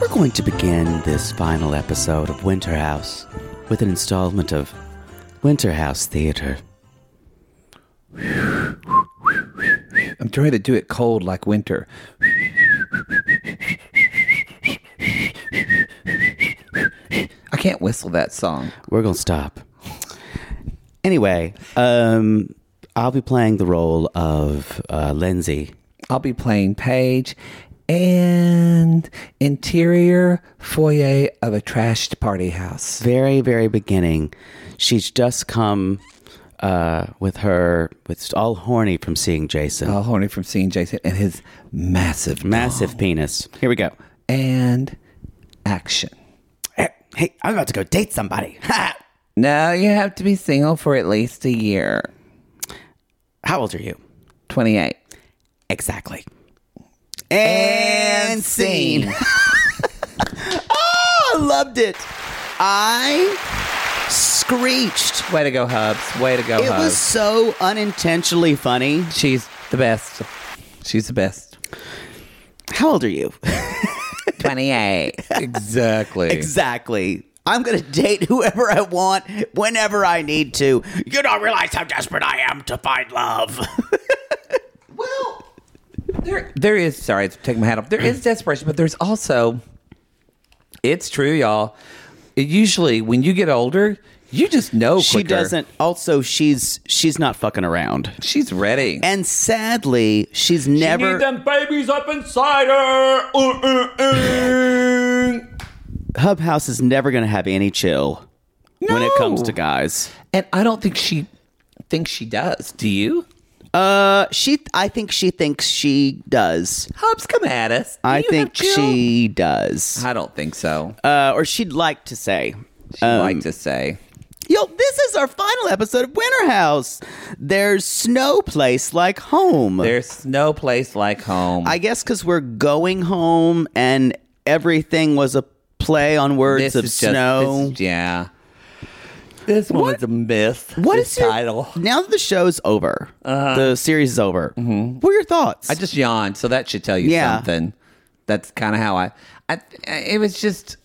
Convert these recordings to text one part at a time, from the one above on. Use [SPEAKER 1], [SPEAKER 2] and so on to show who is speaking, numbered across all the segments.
[SPEAKER 1] We're going to begin this final episode of Winter House with an installment of Winter House Theater.
[SPEAKER 2] I'm trying to do it cold like winter. I can't whistle that song.
[SPEAKER 1] We're going to stop. Anyway, um, I'll be playing the role of uh, Lindsay.
[SPEAKER 2] I'll be playing Paige and interior foyer of a trashed party house.
[SPEAKER 1] Very, very beginning, she's just come uh, with her, with all horny from seeing Jason.
[SPEAKER 2] All horny from seeing Jason and his massive,
[SPEAKER 1] Massive penis. Here we go.
[SPEAKER 2] and action.
[SPEAKER 1] Hey, I'm about to go date somebody.
[SPEAKER 2] Now you have to be single for at least a year.
[SPEAKER 1] How old are you?
[SPEAKER 2] 28.
[SPEAKER 1] Exactly. And scene. oh, I loved it. I screeched.
[SPEAKER 2] Way to go, Hubs. Way to go,
[SPEAKER 1] It
[SPEAKER 2] Hubs.
[SPEAKER 1] was so unintentionally funny.
[SPEAKER 2] She's the best. She's the best.
[SPEAKER 1] How old are you?
[SPEAKER 2] 28. exactly.
[SPEAKER 1] exactly. I'm going to date whoever I want whenever I need to. You don't realize how desperate I am to find love.
[SPEAKER 2] There, there is, sorry, I have to take my hat off. There is desperation, but there's also, it's true, y'all. It usually, when you get older, you just know quicker.
[SPEAKER 1] she doesn't also she's she's not fucking around.
[SPEAKER 2] She's ready.
[SPEAKER 1] And sadly, she's never
[SPEAKER 2] babies up inside her. Uh,
[SPEAKER 1] Hub House is never going to have any chill when it comes
[SPEAKER 2] No.
[SPEAKER 1] to guys.
[SPEAKER 2] And I don't think she thinks she does. Do you?
[SPEAKER 1] Uh, she, I think she thinks she does.
[SPEAKER 2] Hubs, come at us. Do
[SPEAKER 1] I
[SPEAKER 2] you have
[SPEAKER 1] think
[SPEAKER 2] chill?
[SPEAKER 1] she does,
[SPEAKER 2] I don't think so.
[SPEAKER 1] uh, or she'd like to say.
[SPEAKER 2] She
[SPEAKER 1] Um,
[SPEAKER 2] like to say.
[SPEAKER 1] Yo, this is our final episode of Winter House. There's no place like home.
[SPEAKER 2] There's no place like home.
[SPEAKER 1] I guess because we're going home, and everything was a play on words of
[SPEAKER 2] just-
[SPEAKER 1] snow.
[SPEAKER 2] this- yeah. This one was a myth.
[SPEAKER 1] what
[SPEAKER 2] This
[SPEAKER 1] is your now that the show's over? the series is over. What are your thoughts?
[SPEAKER 2] I just yawned, so that should tell you
[SPEAKER 1] Yeah.
[SPEAKER 2] something. That's kind of how I, I. It was just,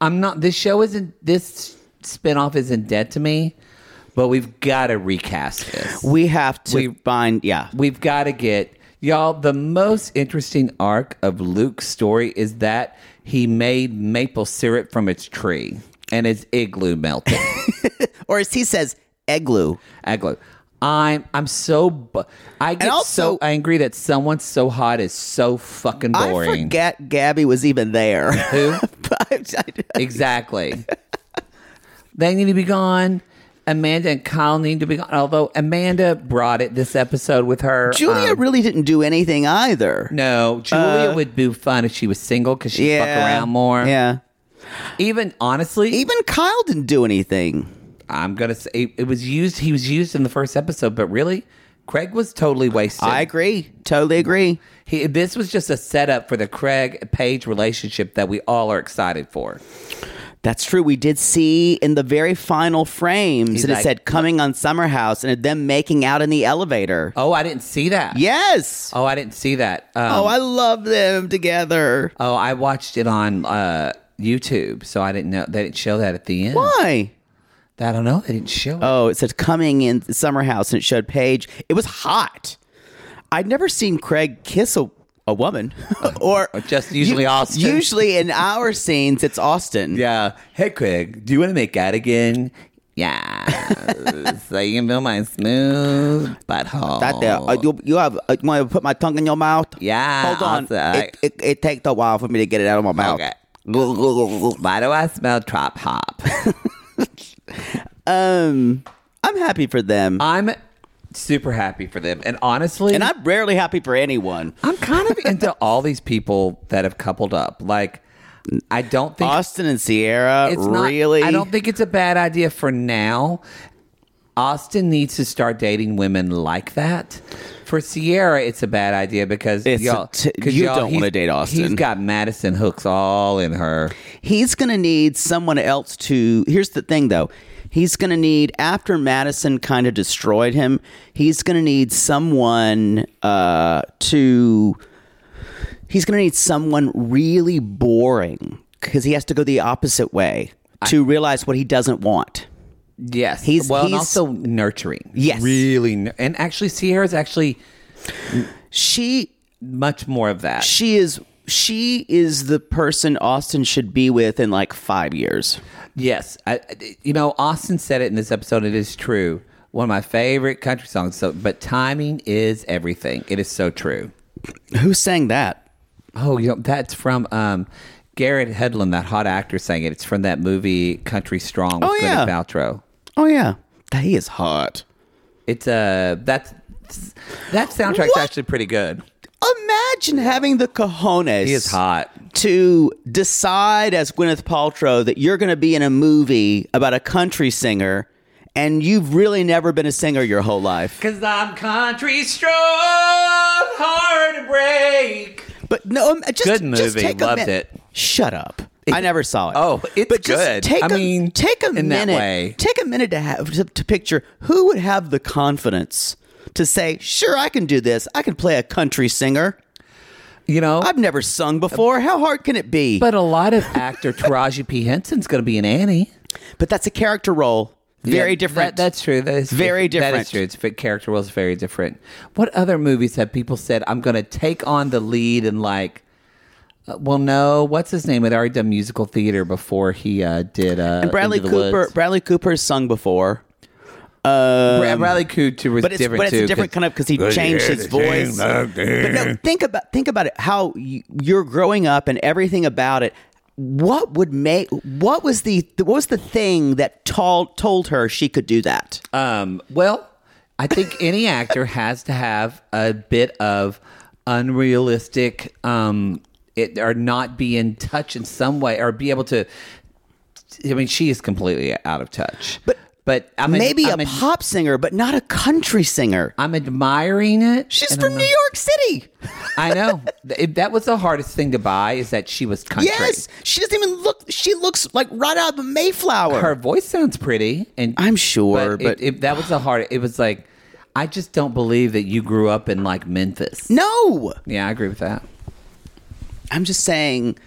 [SPEAKER 2] I'm not. This show isn't. This spinoff isn't dead to me, but we've got to recast this.
[SPEAKER 1] we have to
[SPEAKER 2] We-
[SPEAKER 1] find. Yeah,
[SPEAKER 2] We've got to get y'all. The most interesting arc of Luke's story is that he made maple syrup from its tree, and his igloo melted.
[SPEAKER 1] or as he says, igloo.
[SPEAKER 2] Aglo. I'm I'm so bu- I get
[SPEAKER 1] also-
[SPEAKER 2] so angry that someone so hot is so fucking
[SPEAKER 1] I
[SPEAKER 2] boring.
[SPEAKER 1] forget Gabby was even there.
[SPEAKER 2] Who?
[SPEAKER 1] But I-
[SPEAKER 2] exactly. they need to be gone. Amanda and Kyle need to be gone. Although Amanda brought it this episode with her.
[SPEAKER 1] Julia
[SPEAKER 2] um,
[SPEAKER 1] really didn't do anything either.
[SPEAKER 2] no, Julia would be fun if she was single because she'd
[SPEAKER 1] yeah,
[SPEAKER 2] fuck around more.
[SPEAKER 1] Yeah, E-,
[SPEAKER 2] Even honestly,
[SPEAKER 1] even Kyle didn't do anything.
[SPEAKER 2] I'm gonna say it was used. He was used in the first episode, but really, Craig was totally wasted.
[SPEAKER 1] I agree. Totally agree.
[SPEAKER 2] he, this was just a setup for the Craig Page relationship that we all are excited for.
[SPEAKER 1] That's true. We did see in the very final frames,
[SPEAKER 2] He's
[SPEAKER 1] and it
[SPEAKER 2] like-
[SPEAKER 1] said coming on Summer House and them making out in the elevator.
[SPEAKER 2] Oh, I didn't see that.
[SPEAKER 1] Yes.
[SPEAKER 2] Oh, I didn't see that. Um,
[SPEAKER 1] Oh, I love them together.
[SPEAKER 2] Oh, I watched it on uh, YouTube, so I didn't know they didn't show that at the end.
[SPEAKER 1] Why?
[SPEAKER 2] I don't know. They didn't show it.
[SPEAKER 1] Oh, it said coming in Summer House and it showed Paige. It was hot. I'd never seen Craig kiss a, a woman or
[SPEAKER 2] just usually Austin.
[SPEAKER 1] Usually in our scenes, it's Austin.
[SPEAKER 2] Yeah. Hey, Craig, do you want to make out again? Yeah. so you can feel my smooth butthole.
[SPEAKER 1] That there, uh, you you have uh, you want to put my tongue in your mouth?
[SPEAKER 2] Yeah,
[SPEAKER 1] Hold on.
[SPEAKER 2] Austin, I-
[SPEAKER 1] It, it, it takes a while for me to get it out of my mouth.
[SPEAKER 2] Okay. Why do I smell trap hop?
[SPEAKER 1] Um, I'm happy for them,
[SPEAKER 2] I'm super happy for them, and honestly,
[SPEAKER 1] and I'm rarely happy for anyone.
[SPEAKER 2] I'm kind of into all these people that have coupled up. Like, I don't think
[SPEAKER 1] Austin and Sierra,
[SPEAKER 2] it's not-
[SPEAKER 1] really?
[SPEAKER 2] I don't think it's a bad idea for now. Austin needs to start dating women like that. For Sierra, it's a bad idea because
[SPEAKER 1] It's a
[SPEAKER 2] y'all,
[SPEAKER 1] t-
[SPEAKER 2] 'cause
[SPEAKER 1] you
[SPEAKER 2] y'all-
[SPEAKER 1] don't wanna
[SPEAKER 2] he's-
[SPEAKER 1] date Austin.
[SPEAKER 2] He's got Madison hooks all in her.
[SPEAKER 1] He's going to need someone else to. Here's the thing, though. He's going to need, after Madison kind of destroyed him, he's going to need someone uh, to. He's going to need someone really boring because he has to go the opposite way to realize what he doesn't want.
[SPEAKER 2] Yes,
[SPEAKER 1] He's-
[SPEAKER 2] well, and
[SPEAKER 1] he's-
[SPEAKER 2] also nurturing.
[SPEAKER 1] Yes.
[SPEAKER 2] really, nur- and actually, Sierra's actually
[SPEAKER 1] She
[SPEAKER 2] much more of that.
[SPEAKER 1] she is she is the person Austin should be with in like five years.
[SPEAKER 2] Yes, I, I- you know Austin said it in this episode. It is true. One of my favorite country songs. So, but timing is everything. It is so true.
[SPEAKER 1] Who sang that?
[SPEAKER 2] Oh, you know, that's from um, Garrett Hedlund, that hot actor, sang it. It's from that movie Country Strong with
[SPEAKER 1] Oh, yeah.
[SPEAKER 2] Gwyneth Paltrow.
[SPEAKER 1] Oh yeah, he is hot.
[SPEAKER 2] It's uh, that's that soundtrack's
[SPEAKER 1] What?
[SPEAKER 2] actually pretty good.
[SPEAKER 1] Imagine having the cojones
[SPEAKER 2] He is hot.
[SPEAKER 1] to decide as Gwyneth Paltrow that you're going to be in a movie about a country singer, and you've really never been a singer your whole life.
[SPEAKER 2] Cause I'm country strong, hard to break.
[SPEAKER 1] But no, um, just
[SPEAKER 2] Good
[SPEAKER 1] Just
[SPEAKER 2] movie.
[SPEAKER 1] take a
[SPEAKER 2] Loved
[SPEAKER 1] min-
[SPEAKER 2] it.
[SPEAKER 1] Shut up. I never saw it.
[SPEAKER 2] Oh, it's
[SPEAKER 1] but just
[SPEAKER 2] good.
[SPEAKER 1] Take
[SPEAKER 2] I
[SPEAKER 1] a-
[SPEAKER 2] mean,
[SPEAKER 1] take a
[SPEAKER 2] in that
[SPEAKER 1] minute.
[SPEAKER 2] way.
[SPEAKER 1] Take a minute to have to, to picture who would have the confidence to say, "Sure, I can do this. I can play a country singer.
[SPEAKER 2] You know,
[SPEAKER 1] I've never sung before. How hard can it be?"
[SPEAKER 2] but a lot of actor Taraji P Henson's going to be an Annie.
[SPEAKER 1] But that's a character role. Very
[SPEAKER 2] Yeah,
[SPEAKER 1] different.
[SPEAKER 2] that- that's true. That is
[SPEAKER 1] Very
[SPEAKER 2] That
[SPEAKER 1] different.
[SPEAKER 2] is true. It's fit- character was very different. What other movies have people said I'm going to take on the lead and like? uh, well, no. What's his name? Had already done musical theater before he uh, did. Uh,
[SPEAKER 1] and Bradley
[SPEAKER 2] Into the
[SPEAKER 1] Cooper.
[SPEAKER 2] Woods.
[SPEAKER 1] Bradley Cooper has sung before,
[SPEAKER 2] Bra- Uh, Bradley Cooper was
[SPEAKER 1] but it's
[SPEAKER 2] different
[SPEAKER 1] but it's
[SPEAKER 2] too.
[SPEAKER 1] a different
[SPEAKER 2] 'cause- Oh,
[SPEAKER 1] kind of because he changed his voice.
[SPEAKER 2] uh,
[SPEAKER 1] But no, think about think about it. How you, you're growing up and everything about it. What would make? What was the? What was the thing that told told her she could do that?
[SPEAKER 2] Um, well, I think any actor has to have a bit of unrealistic, um, it, or not be in touch in some way, or be able to. I mean, she is completely out of touch.
[SPEAKER 1] But-
[SPEAKER 2] but I mean,
[SPEAKER 1] Maybe
[SPEAKER 2] I'm
[SPEAKER 1] a
[SPEAKER 2] ad-
[SPEAKER 1] pop singer, but not a country singer.
[SPEAKER 2] I'm admiring it.
[SPEAKER 1] She's
[SPEAKER 2] and
[SPEAKER 1] from
[SPEAKER 2] I'm
[SPEAKER 1] New
[SPEAKER 2] not-
[SPEAKER 1] York City.
[SPEAKER 2] I know Th- that was the hardest thing to buy is that she was country.
[SPEAKER 1] Yes, she doesn't even look. She looks like right out of the Mayflower.
[SPEAKER 2] her voice sounds pretty, and
[SPEAKER 1] I'm sure,
[SPEAKER 2] but,
[SPEAKER 1] but-
[SPEAKER 2] it, it- that was the hard. It was like, I just don't believe that you grew up in like Memphis.
[SPEAKER 1] no,
[SPEAKER 2] Yeah, I agree with that.
[SPEAKER 1] I'm just saying,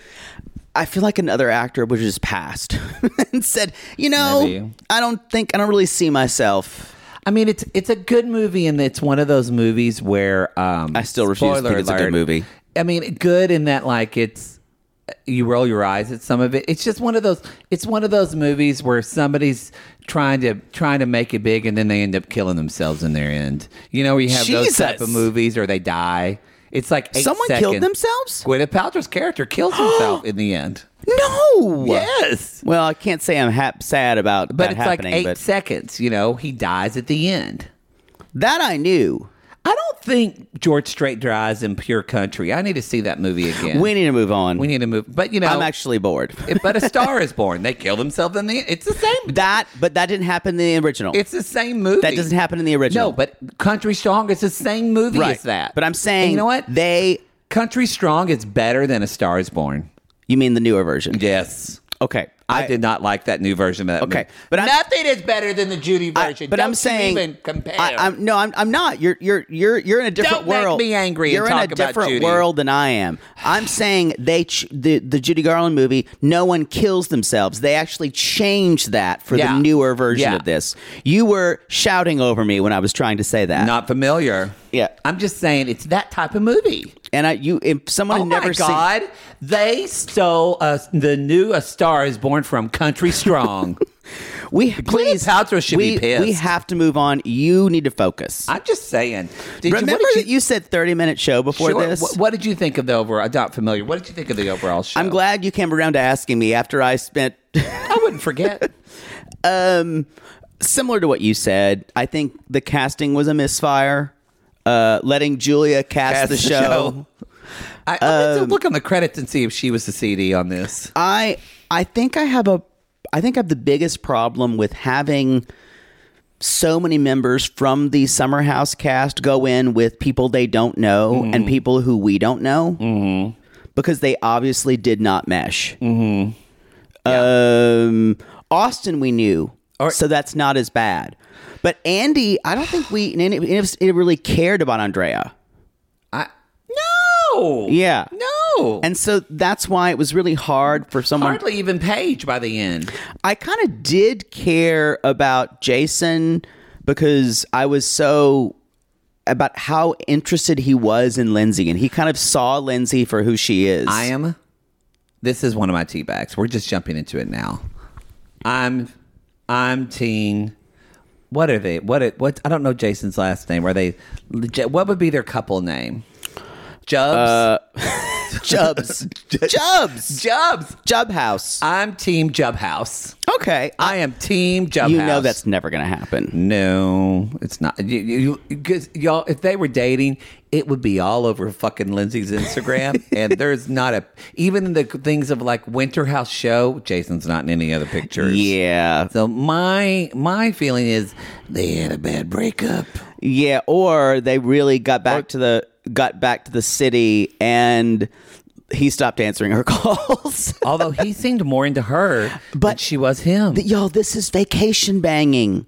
[SPEAKER 1] I feel like another actor would have just passed and said, you know,
[SPEAKER 2] Maybe.
[SPEAKER 1] I don't think, I don't really see myself.
[SPEAKER 2] I mean, it's it's a good movie, and it's one of those movies where um,
[SPEAKER 1] I still refuse to
[SPEAKER 2] spoiler
[SPEAKER 1] think it's a good
[SPEAKER 2] alert.
[SPEAKER 1] movie.
[SPEAKER 2] I mean, good in that like it's you roll your eyes at some of it. It's just one of those. It's one of those movies where somebody's trying to trying to make it big, and then they end up killing themselves in their end. You know, we have those type of
[SPEAKER 1] Jesus.
[SPEAKER 2] movies, or they die. It's like eight
[SPEAKER 1] Someone killed
[SPEAKER 2] seconds.
[SPEAKER 1] themselves?
[SPEAKER 2] Gwyneth Paltrow's character kills himself in the end.
[SPEAKER 1] No.
[SPEAKER 2] Yes.
[SPEAKER 1] Well, I can't say I'm hap sad about
[SPEAKER 2] But
[SPEAKER 1] that
[SPEAKER 2] it's like
[SPEAKER 1] happening,
[SPEAKER 2] eight
[SPEAKER 1] but
[SPEAKER 2] seconds, you know. He dies at the end.
[SPEAKER 1] that I knew.
[SPEAKER 2] I don't think George Strait drives in pure country. I need to see that movie again.
[SPEAKER 1] We need to move on.
[SPEAKER 2] we need to move, but you know,
[SPEAKER 1] I'm actually bored.
[SPEAKER 2] but a star is born. They kill themselves in the. It's the same.
[SPEAKER 1] that, but that didn't happen in the original.
[SPEAKER 2] It's the same movie.
[SPEAKER 1] that doesn't happen in the original.
[SPEAKER 2] No, but Country Strong is the same movie
[SPEAKER 1] right.
[SPEAKER 2] as that.
[SPEAKER 1] But I'm saying,
[SPEAKER 2] And you know what?
[SPEAKER 1] They,
[SPEAKER 2] Country Strong is better than A Star Is Born.
[SPEAKER 1] you mean the newer version?
[SPEAKER 2] Yes.
[SPEAKER 1] Okay.
[SPEAKER 2] I, did not like that new version of that.
[SPEAKER 1] Okay,
[SPEAKER 2] movie.
[SPEAKER 1] but I'm-
[SPEAKER 2] nothing is better than the Judy
[SPEAKER 1] I-
[SPEAKER 2] version.
[SPEAKER 1] but
[SPEAKER 2] Don't
[SPEAKER 1] I'm
[SPEAKER 2] you
[SPEAKER 1] saying,
[SPEAKER 2] even compare.
[SPEAKER 1] I, I'm, no, I'm, I'm not. You're, you're, you're, you're in a different
[SPEAKER 2] Don't make
[SPEAKER 1] world.
[SPEAKER 2] me angry and
[SPEAKER 1] You're
[SPEAKER 2] talk
[SPEAKER 1] in a
[SPEAKER 2] about
[SPEAKER 1] different
[SPEAKER 2] Judy.
[SPEAKER 1] world than I am. I'm saying they, ch- the, the Judy Garland movie. No one kills themselves. They actually changed that for
[SPEAKER 2] Yeah.
[SPEAKER 1] the newer version
[SPEAKER 2] Yeah.
[SPEAKER 1] of this. You were shouting over me when I was trying to say that.
[SPEAKER 2] not familiar.
[SPEAKER 1] Yeah.
[SPEAKER 2] I'm just saying it's that type of movie.
[SPEAKER 1] And I, you, if someone
[SPEAKER 2] Oh
[SPEAKER 1] had never
[SPEAKER 2] my
[SPEAKER 1] seen,
[SPEAKER 2] God! They stole uh, the new "A Star Is Born" from Country Strong.
[SPEAKER 1] we please,
[SPEAKER 2] Paltrow should be
[SPEAKER 1] we-
[SPEAKER 2] pissed.
[SPEAKER 1] We have to move on. You need to focus.
[SPEAKER 2] I'm just saying. Did
[SPEAKER 1] Remember
[SPEAKER 2] what did
[SPEAKER 1] that you said thirty minute show before
[SPEAKER 2] Sure.
[SPEAKER 1] this.
[SPEAKER 2] What, what did you think of the overall? I'm not familiar. What did you think of the overall show?
[SPEAKER 1] I'm glad you came around to asking me after I spent
[SPEAKER 2] I wouldn't forget.
[SPEAKER 1] similar to what you said. I think the casting was a misfire. Uh, letting Julia cast,
[SPEAKER 2] Cast
[SPEAKER 1] the,
[SPEAKER 2] the
[SPEAKER 1] show. Um,
[SPEAKER 2] show. I, I'll have to look on the credits and see if she was the CD on this.
[SPEAKER 1] I I think I have a I think I have the biggest problem with having so many members from the Summer House cast go in with people they don't know
[SPEAKER 2] Mm-hmm.
[SPEAKER 1] and people who we don't know because they obviously did not mesh.
[SPEAKER 2] Mm-hmm.
[SPEAKER 1] Um, Austin, we knew, so that's not as bad. But Andy, I don't think we and it, it, it really cared about Andrea.
[SPEAKER 2] I no.
[SPEAKER 1] Yeah.
[SPEAKER 2] No.
[SPEAKER 1] And so that's why it was really hard for someone.
[SPEAKER 2] hardly even Paige by the end.
[SPEAKER 1] I kind of did care about Jason because I was so about how interested he was in Lindsay and he kind of saw Lindsay for who she is.
[SPEAKER 2] I am. This is one of my tea bags. We're just jumping into it now. I'm. I'm teen. What are they? What? Are, what? I don't know Jason's last name. Are they? What would be their couple name? Jubs.
[SPEAKER 1] Uh, Jubs. Jubs.
[SPEAKER 2] Jubs.
[SPEAKER 1] Jub House.
[SPEAKER 2] I'm Team Jub House.
[SPEAKER 1] okay.
[SPEAKER 2] I am Team Jub
[SPEAKER 1] you
[SPEAKER 2] House.
[SPEAKER 1] know that's never going to happen.
[SPEAKER 2] no, it's not. You, you, you- 'cause y'all, if they were dating, it would be all over fucking Lindsay's Instagram. and there's not a even the things of like Winter House show. Jason's not in any other pictures.
[SPEAKER 1] Yeah.
[SPEAKER 2] So my my feeling is they had a bad breakup.
[SPEAKER 1] Yeah, or they really got back to the got back to the city and he stopped answering her calls.
[SPEAKER 2] Although he seemed more into her, than
[SPEAKER 1] But-
[SPEAKER 2] she was him.
[SPEAKER 1] But y'all, this is vacation banging.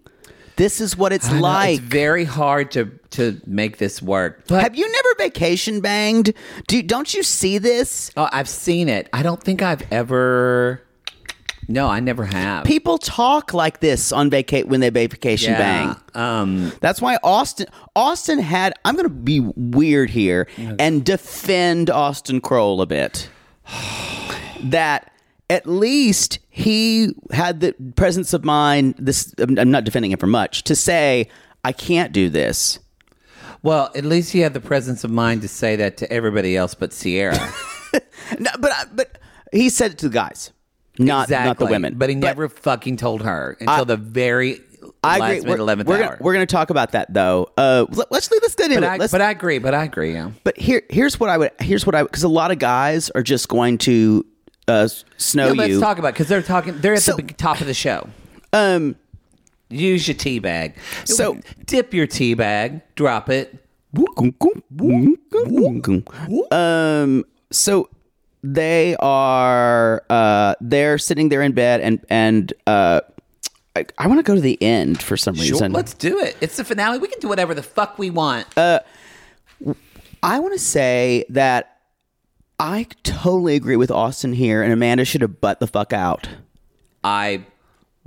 [SPEAKER 1] This is what it's
[SPEAKER 2] I know,
[SPEAKER 1] like.
[SPEAKER 2] it's very hard to to make this work. But
[SPEAKER 1] Have you never vacation banged? Do don't you see this?
[SPEAKER 2] Oh, I've seen it. I don't think I've ever. No, I never have.
[SPEAKER 1] People talk like this on vacate when they vacation bang.
[SPEAKER 2] Um,
[SPEAKER 1] That's why Austin Austin had I'm going to be weird here and defend Austin Kroll a bit. that at least he had the presence of mind this I'm, I'm not defending him for much to say I can't do this.
[SPEAKER 2] well, at least you had the presence of mind to say that to everybody else but Sierra.
[SPEAKER 1] No, but I- but he said it to the guys. Not not the
[SPEAKER 2] Exactly.
[SPEAKER 1] women.
[SPEAKER 2] But he never fucking told her until the very
[SPEAKER 1] I
[SPEAKER 2] last
[SPEAKER 1] agree.
[SPEAKER 2] minute,
[SPEAKER 1] We're,
[SPEAKER 2] eleventh
[SPEAKER 1] we're
[SPEAKER 2] hour.
[SPEAKER 1] gonna, we're gonna talk about that though. Uh, let- let's leave this good in.
[SPEAKER 2] but,
[SPEAKER 1] it.
[SPEAKER 2] I,
[SPEAKER 1] Let's-
[SPEAKER 2] but I agree. But I agree. Yeah.
[SPEAKER 1] but here, here's what I would. Here's what I because a lot of guys are just going to uh, s- snow
[SPEAKER 2] No, let's
[SPEAKER 1] you.
[SPEAKER 2] talk about because they're talking. They're at
[SPEAKER 1] So-
[SPEAKER 2] the big- top of the show.
[SPEAKER 1] um,
[SPEAKER 2] Use your tea bag.
[SPEAKER 1] So-
[SPEAKER 2] dip your tea bag. Drop it.
[SPEAKER 1] um, so they are uh, they're sitting there in bed and and uh, I, I want to go to the end for some
[SPEAKER 2] Sure,
[SPEAKER 1] reason.
[SPEAKER 2] let's do it. It's the finale. We can do whatever the fuck we want.
[SPEAKER 1] Uh, I want to say that I totally agree with Austin here, and Amanda should have butt the fuck out.
[SPEAKER 2] I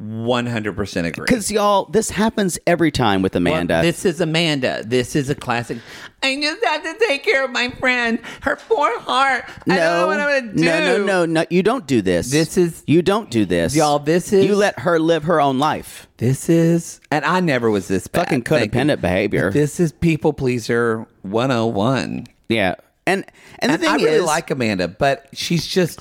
[SPEAKER 2] 100% agree.
[SPEAKER 1] Because y'all, this happens every time with Amanda.
[SPEAKER 2] This is Amanda. This is a classic. I just have to take care of my friend, her poor heart. I don't know what I'm going to do.
[SPEAKER 1] no, no, no, no. You don't do this.
[SPEAKER 2] This is-
[SPEAKER 1] you don't do this,
[SPEAKER 2] Y'all, this is-
[SPEAKER 1] you let her live her own life.
[SPEAKER 2] This is, and I never was this bad.
[SPEAKER 1] Fucking
[SPEAKER 2] Thank you.
[SPEAKER 1] codependent behavior.
[SPEAKER 2] This is people pleaser 101.
[SPEAKER 1] Yeah, and and the
[SPEAKER 2] And
[SPEAKER 1] thing
[SPEAKER 2] I really
[SPEAKER 1] is,
[SPEAKER 2] like Amanda, but she's just,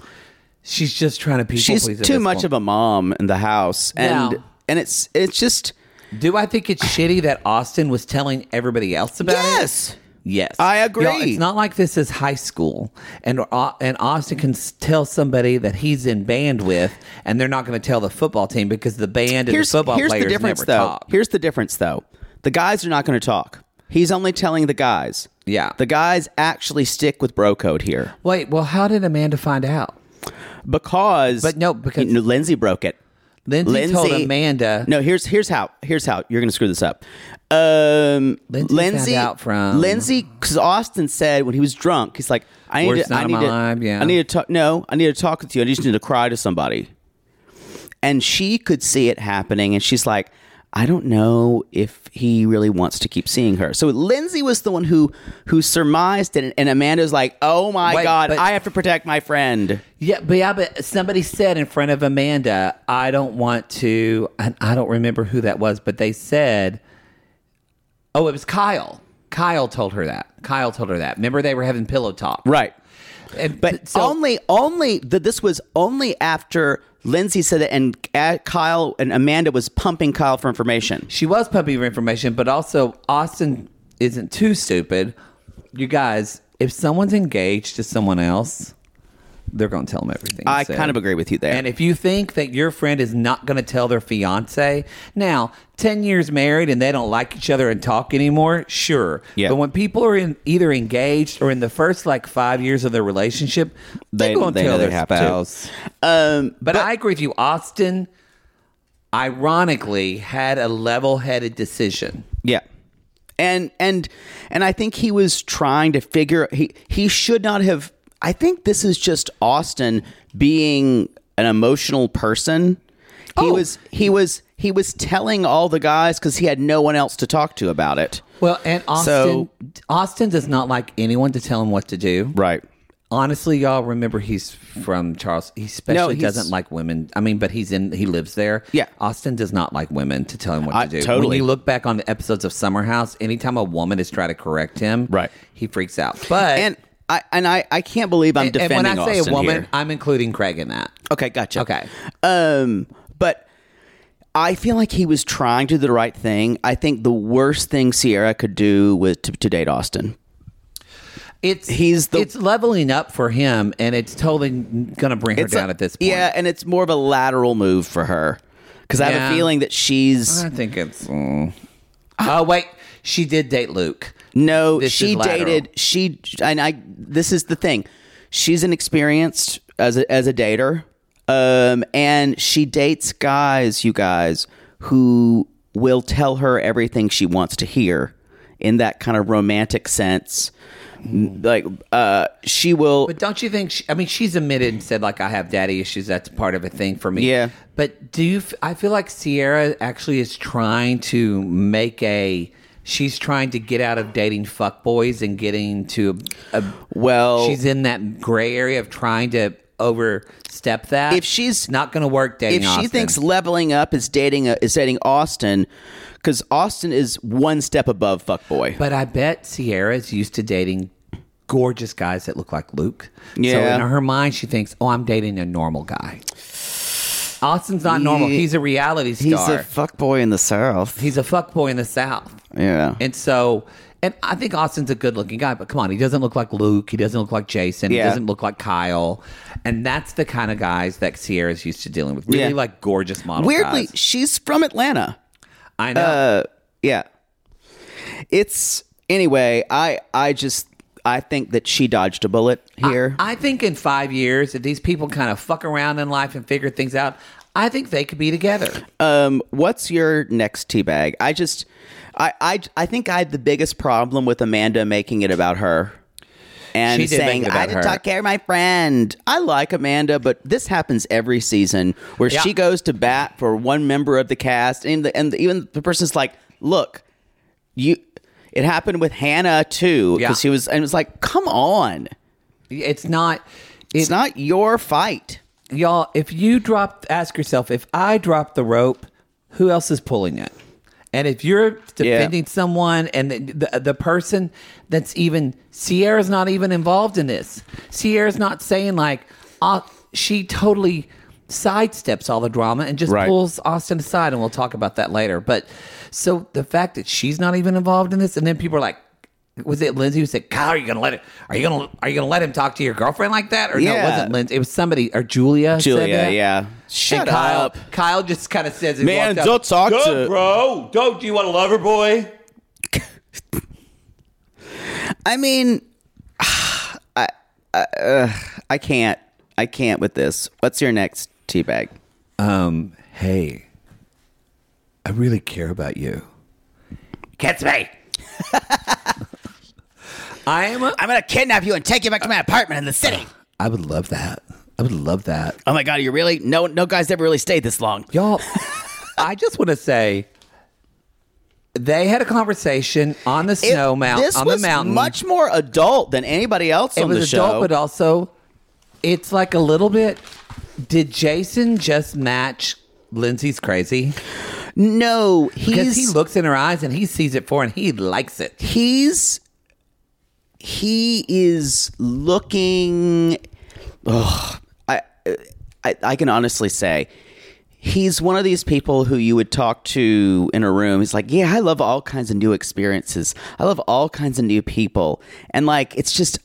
[SPEAKER 2] she's just trying to people
[SPEAKER 1] she's
[SPEAKER 2] please.
[SPEAKER 1] too much of a mom in the house, and
[SPEAKER 2] No.
[SPEAKER 1] and it's it's just
[SPEAKER 2] Do I think it's shitty that Austin was telling everybody else about it?
[SPEAKER 1] Yes.
[SPEAKER 2] Yes,
[SPEAKER 1] I agree.
[SPEAKER 2] Y'all, it's not like this is high school, and Au- and Austin can s- tell somebody that he's in band with, and they're not going to tell the football team because the band and the football players
[SPEAKER 1] difference
[SPEAKER 2] never
[SPEAKER 1] though.
[SPEAKER 2] talk.
[SPEAKER 1] Here's the difference though. The guys are not going to talk. He's only telling the guys.
[SPEAKER 2] Yeah.
[SPEAKER 1] The guys actually stick with bro code here
[SPEAKER 2] Wait, well, how did Amanda find out?
[SPEAKER 1] because
[SPEAKER 2] But no, because-
[SPEAKER 1] you know, Lindsay broke it.
[SPEAKER 2] Lindsay,
[SPEAKER 1] Lindsay
[SPEAKER 2] told Amanda.
[SPEAKER 1] No, here's here's how here's how you're going to screw this up. Um,
[SPEAKER 2] Lindsay found
[SPEAKER 1] Lindsay
[SPEAKER 2] out from-
[SPEAKER 1] Lindsay because Austin said when he was drunk, he's like, I
[SPEAKER 2] Or
[SPEAKER 1] need
[SPEAKER 2] it's
[SPEAKER 1] to, I
[SPEAKER 2] not
[SPEAKER 1] need
[SPEAKER 2] mine,
[SPEAKER 1] to,
[SPEAKER 2] yeah.
[SPEAKER 1] I need to talk. No, I need to talk with you. I just need to cry to somebody. And she could see it happening, and she's like, I don't know if he really wants to keep seeing her. So Lindsay was the one who who surmised it, and Amanda's like, Oh my
[SPEAKER 2] Wait,
[SPEAKER 1] god,
[SPEAKER 2] but-
[SPEAKER 1] I have to protect my friend.
[SPEAKER 2] Yeah, but yeah, but somebody said in front of Amanda, I don't want to, and I don't remember who that was, but they said, oh, it was Kyle. Kyle told her that. Kyle told her that. Remember, they were having pillow talk.
[SPEAKER 1] Right.
[SPEAKER 2] And,
[SPEAKER 1] But
[SPEAKER 2] so,
[SPEAKER 1] only, only that this was only after Lindsay said it, and uh, Kyle and Amanda was pumping Kyle for information.
[SPEAKER 2] she was pumping her information, but also Austin isn't too stupid. You guys, if someone's engaged to someone else, they're going to tell them everything.
[SPEAKER 1] I
[SPEAKER 2] So-
[SPEAKER 1] kind of agree with you there.
[SPEAKER 2] And if you think that your friend is not going to tell their fiance, now, 10 years married and they don't like each other and talk anymore, sure.
[SPEAKER 1] Yeah.
[SPEAKER 2] But when people are in either engaged or in the first like five years of their relationship,
[SPEAKER 1] They-
[SPEAKER 2] they, won't
[SPEAKER 1] they know
[SPEAKER 2] tell
[SPEAKER 1] they
[SPEAKER 2] their
[SPEAKER 1] have to.
[SPEAKER 2] spouse.
[SPEAKER 1] um,
[SPEAKER 2] But, I agree with you. Austin, ironically, had a level headed decision.
[SPEAKER 1] yeah, and and and I think he was trying to figure he he should not have. I think this is just Austin being an emotional person. He
[SPEAKER 2] Oh.
[SPEAKER 1] was he was he was telling all the guys because he had no one else to talk to about it.
[SPEAKER 2] Well, and Austin,
[SPEAKER 1] So-
[SPEAKER 2] Austin does not like anyone to tell him what to do.
[SPEAKER 1] Right.
[SPEAKER 2] Honestly, y'all remember he's from Charles. He especially
[SPEAKER 1] he's-
[SPEAKER 2] doesn't like women. I mean, but he's in. He lives there.
[SPEAKER 1] Yeah.
[SPEAKER 2] Austin does not like women to tell him what
[SPEAKER 1] I-
[SPEAKER 2] to do. When
[SPEAKER 1] totally.
[SPEAKER 2] you look back on the episodes of Summer House, anytime a woman is trying to correct him,
[SPEAKER 1] Right.
[SPEAKER 2] he freaks out. But
[SPEAKER 1] And I and I, I can't believe I'm
[SPEAKER 2] and- and
[SPEAKER 1] defending
[SPEAKER 2] when I say
[SPEAKER 1] Austin
[SPEAKER 2] a woman,
[SPEAKER 1] here.
[SPEAKER 2] I'm including Craig in that.
[SPEAKER 1] Okay, gotcha.
[SPEAKER 2] Okay.
[SPEAKER 1] Um, but I feel like he was trying to do the right thing. I think the worst thing Sierra could do was to, to date Austin.
[SPEAKER 2] It's
[SPEAKER 1] He's the-
[SPEAKER 2] it's leveling up for him, and it's totally going to bring her down
[SPEAKER 1] a-
[SPEAKER 2] at this point.
[SPEAKER 1] Yeah, and it's more of a lateral move for her because I have
[SPEAKER 2] Yeah.
[SPEAKER 1] a feeling that she's
[SPEAKER 2] I think it's. mm. Oh wait, she did date Luke.
[SPEAKER 1] no,
[SPEAKER 2] This
[SPEAKER 1] she
[SPEAKER 2] is lateral.
[SPEAKER 1] dated she and I. This is the thing. She's inexperienced as a, as a dater, um, and she dates guys, you guys, who will tell her everything she wants to hear in that kind of romantic sense. Like uh, she will.
[SPEAKER 2] Mm. But don't you think? She, I mean, she's admitted and said like I have daddy issues. That's part of a thing for me.
[SPEAKER 1] Yeah.
[SPEAKER 2] But do you? f- I feel like Sierra actually is trying to make a. She's trying to get out of dating fuckboys and getting to a. a
[SPEAKER 1] well,
[SPEAKER 2] she's in that gray area of trying to overstep that.
[SPEAKER 1] If she's-
[SPEAKER 2] It's not going to work, dating
[SPEAKER 1] if she
[SPEAKER 2] Austin.
[SPEAKER 1] thinks leveling up is dating a, is dating Austin, because Austin is one step above fuckboy.
[SPEAKER 2] But I bet Sierra's used to dating gorgeous guys that look like Luke.
[SPEAKER 1] Yeah.
[SPEAKER 2] So in her mind, she thinks, "Oh, I'm dating a normal guy." Austin's not normal.
[SPEAKER 1] He-
[SPEAKER 2] He's a reality
[SPEAKER 1] He's
[SPEAKER 2] star.
[SPEAKER 1] a fuckboy in the south.
[SPEAKER 2] He's a fuckboy in the South.
[SPEAKER 1] yeah.
[SPEAKER 2] And so, and I think Austin's a good looking guy, but come on, he doesn't look like Luke. He doesn't look like Jason.
[SPEAKER 1] Yeah.
[SPEAKER 2] He doesn't look like Kyle. And that's the kind of guys that Sierra's used to dealing with. Really
[SPEAKER 1] Yeah.
[SPEAKER 2] like gorgeous model
[SPEAKER 1] Weirdly, uh,
[SPEAKER 2] guys.
[SPEAKER 1] she's from Atlanta.
[SPEAKER 2] I know.
[SPEAKER 1] Yeah. It's anyway, I I just I think that she dodged a bullet here.
[SPEAKER 2] I think in five years, if these people kind of fuck around in life and figure things out, I think they could be together.
[SPEAKER 1] um what's your next teabag? I just I, I I think I had the biggest problem with Amanda making it about her. And
[SPEAKER 2] She did make
[SPEAKER 1] saying,
[SPEAKER 2] it about
[SPEAKER 1] I didn't
[SPEAKER 2] her.
[SPEAKER 1] talk care of my friend. I like Amanda, but this happens every season where
[SPEAKER 2] Yeah.
[SPEAKER 1] she goes to bat for one member of the cast. And, the, and the, even the person's like, look, you. It happened with Hannah too,
[SPEAKER 2] Yeah.
[SPEAKER 1] because he was, and it was like, come on,
[SPEAKER 2] It's not,
[SPEAKER 1] it's
[SPEAKER 2] it,
[SPEAKER 1] not your fight.
[SPEAKER 2] y'all. If you drop, ask yourself: if I drop the rope, who else is pulling it? And if you're defending someone, and the, the the person that's even Sierra's not even involved in this, Sierra's not saying like, uh, she totally. sidesteps all the drama and just
[SPEAKER 1] Right.
[SPEAKER 2] pulls Austin aside, and we'll talk about that later. But so the fact that she's not even involved in this, and then people are like, "Was it Lindsay who said, Kyle, are you gonna let it? Are you gonna are you gonna let him talk to your girlfriend like that?" Or no, it
[SPEAKER 1] Yeah.
[SPEAKER 2] wasn't Lindsay. It was somebody or Julia. said
[SPEAKER 1] Julia,
[SPEAKER 2] that.
[SPEAKER 1] yeah.
[SPEAKER 2] and Kyle, Kyle just kind of says, he
[SPEAKER 3] Man,
[SPEAKER 2] walked up,
[SPEAKER 3] don't talk
[SPEAKER 2] "Go,
[SPEAKER 3] to-
[SPEAKER 2] bro. Don't. Do you want a lover boy?"
[SPEAKER 1] I mean, I, I, uh, I can't. I can't with this. What's your next teabag?
[SPEAKER 2] Um, hey, I really care about you. Catch me. I am. A,
[SPEAKER 1] I'm gonna kidnap you and take you back to my apartment in the city.
[SPEAKER 2] I would love that. I would love that.
[SPEAKER 1] Oh my god, you really? No, no guys ever really stayed this long.
[SPEAKER 2] Y'all, I just want to say they had a conversation on the snow mountain
[SPEAKER 1] This
[SPEAKER 2] on
[SPEAKER 1] was
[SPEAKER 2] the mountain.
[SPEAKER 1] much more adult than anybody else
[SPEAKER 2] it
[SPEAKER 1] on
[SPEAKER 2] was
[SPEAKER 1] the
[SPEAKER 2] adult,
[SPEAKER 1] show.
[SPEAKER 2] but also it's like a little bit. Did Jason just match Lindsay's crazy?
[SPEAKER 1] no, he's
[SPEAKER 2] Because he looks in her eyes and he sees it for, her and he likes it.
[SPEAKER 1] he's he is looking ugh, I, I i can honestly say he's one of these people who you would talk to in a room he's like yeah i love all kinds of new experiences i love all kinds of new people and like it's just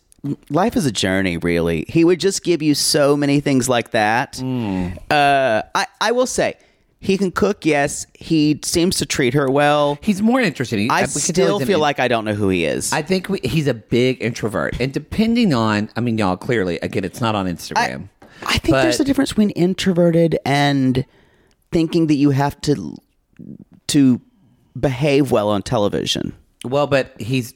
[SPEAKER 1] life is a journey really he would just give you so many things like that uh, I, I will say he can cook yes he seems to treat her well
[SPEAKER 2] He's more interested. He-
[SPEAKER 1] I,
[SPEAKER 2] we can tell
[SPEAKER 1] still
[SPEAKER 2] he's an
[SPEAKER 1] feel
[SPEAKER 2] in-
[SPEAKER 1] like I don't know who he is.
[SPEAKER 2] I
[SPEAKER 1] I,
[SPEAKER 2] think we, he's a big introvert, and depending on, I mean, y'all clearly again, it's not on Instagram.
[SPEAKER 1] think there's
[SPEAKER 2] but-
[SPEAKER 1] a difference between introverted and thinking that you have to to behave well on television.
[SPEAKER 2] well, but he's,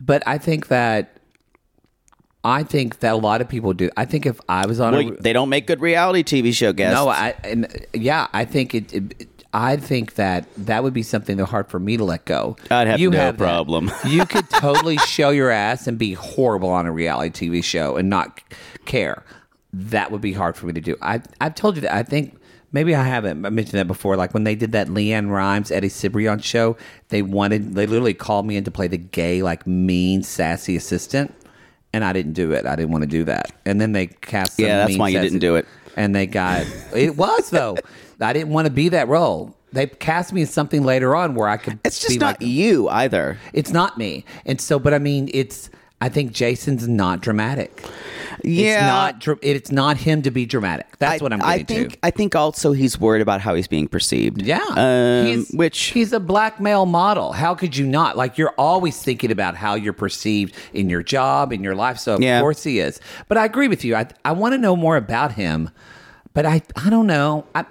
[SPEAKER 2] but I think that, I think that a lot of people do. I think if I was on,
[SPEAKER 1] Well,
[SPEAKER 2] a,
[SPEAKER 1] they don't make good reality TV show guests.
[SPEAKER 2] no, I and yeah, I think it. it- I think that that would be something that's hard for me to let go.
[SPEAKER 1] I'd have no
[SPEAKER 2] that.
[SPEAKER 1] problem.
[SPEAKER 2] you could totally show your ass and be horrible on a reality TV show and not care. That would be hard for me to do. I I've told you that. I think maybe I haven't mentioned that before. Like when they did that Leanne Rhymes Eddie Cibrian show, they wanted they literally called me in to play the gay like mean sassy assistant, and I didn't do it. I didn't want to do that. And then they cast some
[SPEAKER 1] Yeah, that's
[SPEAKER 2] mean,
[SPEAKER 1] why you
[SPEAKER 2] sassy-
[SPEAKER 1] didn't do it.
[SPEAKER 2] and they got it was though. I didn't want to be that role. They cast me in something later on where I could.
[SPEAKER 1] it's
[SPEAKER 2] be
[SPEAKER 1] just not
[SPEAKER 2] like,
[SPEAKER 1] you either.
[SPEAKER 2] it's not me. And so, but I mean, it's. I think Jason's not dramatic.
[SPEAKER 1] Yeah.
[SPEAKER 2] it's not. dra- It's not him to be dramatic.
[SPEAKER 1] I-
[SPEAKER 2] That's what I'm
[SPEAKER 1] I
[SPEAKER 2] getting
[SPEAKER 1] think.
[SPEAKER 2] to.
[SPEAKER 1] I think also he's worried about how he's being perceived.
[SPEAKER 2] Yeah,
[SPEAKER 1] um,
[SPEAKER 2] he's,
[SPEAKER 1] which
[SPEAKER 2] he's a black male model. How could you not? Like you're always thinking about how you're perceived in your job, in your life. So of
[SPEAKER 1] Yeah.
[SPEAKER 2] course he is. But I agree with you. I I want to know more about him, but I I don't know. I,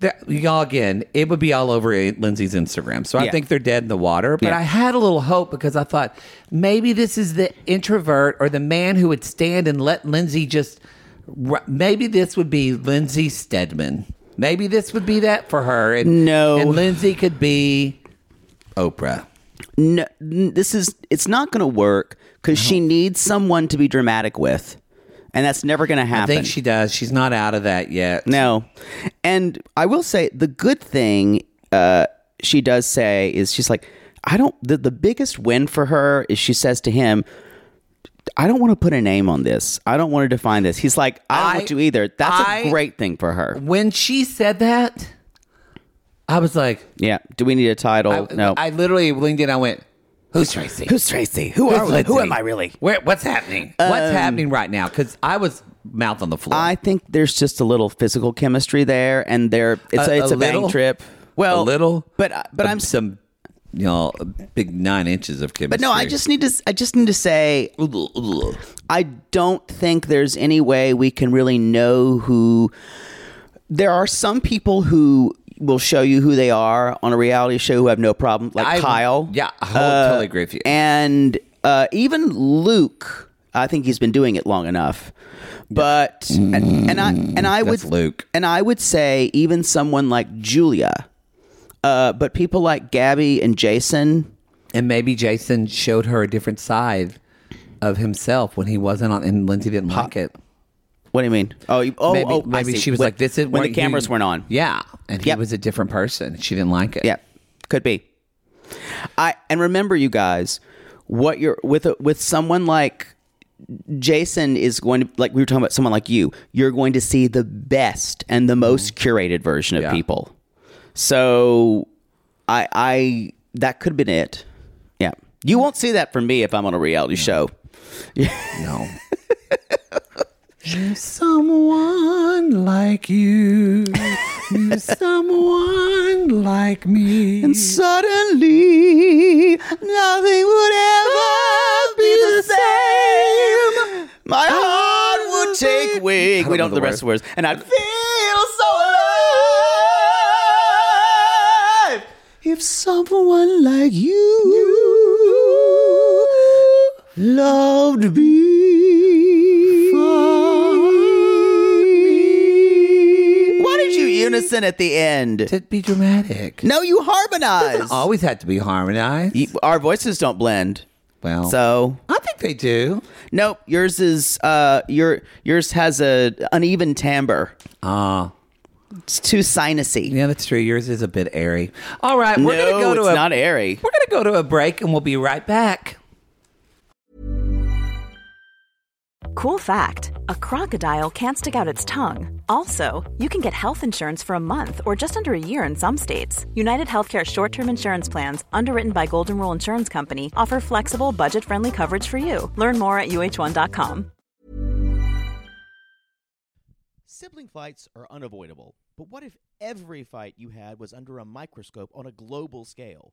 [SPEAKER 2] there, y'all again, it would be all over Lindsay's Instagram. So I
[SPEAKER 1] Yeah.
[SPEAKER 2] think they're dead in the water. But
[SPEAKER 1] Yeah.
[SPEAKER 2] I had a little hope because I thought maybe this is the introvert or the man who would stand and let Lindsay just. ru- Maybe this would be Lindsay Stedman. Maybe this would be that for her. And,
[SPEAKER 1] No.
[SPEAKER 2] And Lindsay could be Oprah.
[SPEAKER 1] no, n- this is it's not going to work because she needs someone to be dramatic with, and that's never going to
[SPEAKER 2] I
[SPEAKER 1] happen.
[SPEAKER 2] think she does. She's not out of that yet.
[SPEAKER 1] no, and I will say the good thing uh, she does say is she's like, I don't. The, the biggest win for her is she says to him. I don't want to put a name on this. I don't want to define this. He's like, I don't
[SPEAKER 2] I-
[SPEAKER 1] want to either. That's a
[SPEAKER 2] I-
[SPEAKER 1] great thing for her.
[SPEAKER 2] When she said that, I was like,
[SPEAKER 1] Yeah. Do we need a title?
[SPEAKER 2] I,
[SPEAKER 1] no.
[SPEAKER 2] I literally leaned in. I went, "Who's Tracy?
[SPEAKER 1] Who's Tracy? Who
[SPEAKER 2] Who's
[SPEAKER 1] are we? Who
[SPEAKER 2] Lindsay?
[SPEAKER 1] am I really?
[SPEAKER 2] Where? What's happening? what's happening right now?" Because I was mouth on the floor.
[SPEAKER 1] Um, I think there's just a little physical chemistry there, and there it's a,
[SPEAKER 2] A-
[SPEAKER 1] it's
[SPEAKER 2] a
[SPEAKER 1] a, bang
[SPEAKER 2] little?
[SPEAKER 1] trip. Well,
[SPEAKER 2] a little,
[SPEAKER 1] but I- but
[SPEAKER 2] a-
[SPEAKER 1] I'm s-
[SPEAKER 2] some, you know, a big nine inches of chemistry.
[SPEAKER 1] but no, I just need to s- I just need to say I don't think there's any way we can really know who. There are some people who will show you who they are on a reality show who have no problem, like
[SPEAKER 2] I-
[SPEAKER 1] Kyle. Uh,
[SPEAKER 2] yeah, I whole- totally agree with you.
[SPEAKER 1] And uh, even Luke, I think he's been doing it long enough. But and, and I and I
[SPEAKER 2] That's
[SPEAKER 1] would
[SPEAKER 2] Luke.
[SPEAKER 1] and I would say even someone like Julia, uh, but people like Gabby and Jason.
[SPEAKER 2] and maybe Jason showed her a different side of himself when he wasn't on, and Lindsay didn't like it.
[SPEAKER 1] What do you mean? Oh, you, oh,
[SPEAKER 2] maybe,
[SPEAKER 1] oh, I
[SPEAKER 2] maybe
[SPEAKER 1] see.
[SPEAKER 2] she was
[SPEAKER 1] When-
[SPEAKER 2] like, "This is
[SPEAKER 1] when the
[SPEAKER 2] weren't you-
[SPEAKER 1] cameras weren't on.
[SPEAKER 2] Yeah, and he
[SPEAKER 1] Yep.
[SPEAKER 2] was a different person. She didn't like it.
[SPEAKER 1] Yeah, could be. I and remember, you guys, what you're with a, with someone like
[SPEAKER 4] Jason is going to like we were talking about someone like you. You're going to see the best and the most
[SPEAKER 2] Mm-hmm.
[SPEAKER 4] curated version of
[SPEAKER 5] Yeah.
[SPEAKER 4] people. So I I that could have been it. Yeah. You won't see that from me if I'm on a reality show.
[SPEAKER 5] No. If someone like you knew someone like me.
[SPEAKER 4] And suddenly nothing would ever be the same. My heart would take wing. We don't know the rest of the words. And I'd feel so alive if someone like you loved me. Why did you unison at the end?
[SPEAKER 5] to be dramatic.
[SPEAKER 4] No, you harmonized.
[SPEAKER 5] Always had to be harmonized.
[SPEAKER 4] You- Our voices don't blend.
[SPEAKER 5] Well,
[SPEAKER 4] So
[SPEAKER 5] I think they do.
[SPEAKER 4] nope, yours is uh your yours has a uneven timbre.
[SPEAKER 5] Ah,
[SPEAKER 4] It's too sinusy.
[SPEAKER 5] yeah, that's true. Yours is a bit airy. All right, we're
[SPEAKER 4] no,
[SPEAKER 5] gonna go to
[SPEAKER 4] it's
[SPEAKER 5] a
[SPEAKER 4] not airy.
[SPEAKER 5] we're gonna go to a break, and we'll be right back.
[SPEAKER 3] Cool fact a crocodile can't stick out its tongue. Also, you can get health insurance for a month or just under a year in some states. United Healthcare short term insurance plans, underwritten by Golden Rule Insurance Company, offer flexible, budget friendly coverage for you. Learn more at uh1.com.
[SPEAKER 1] Sibling fights are unavoidable, but what if every fight you had was under a microscope on a global scale?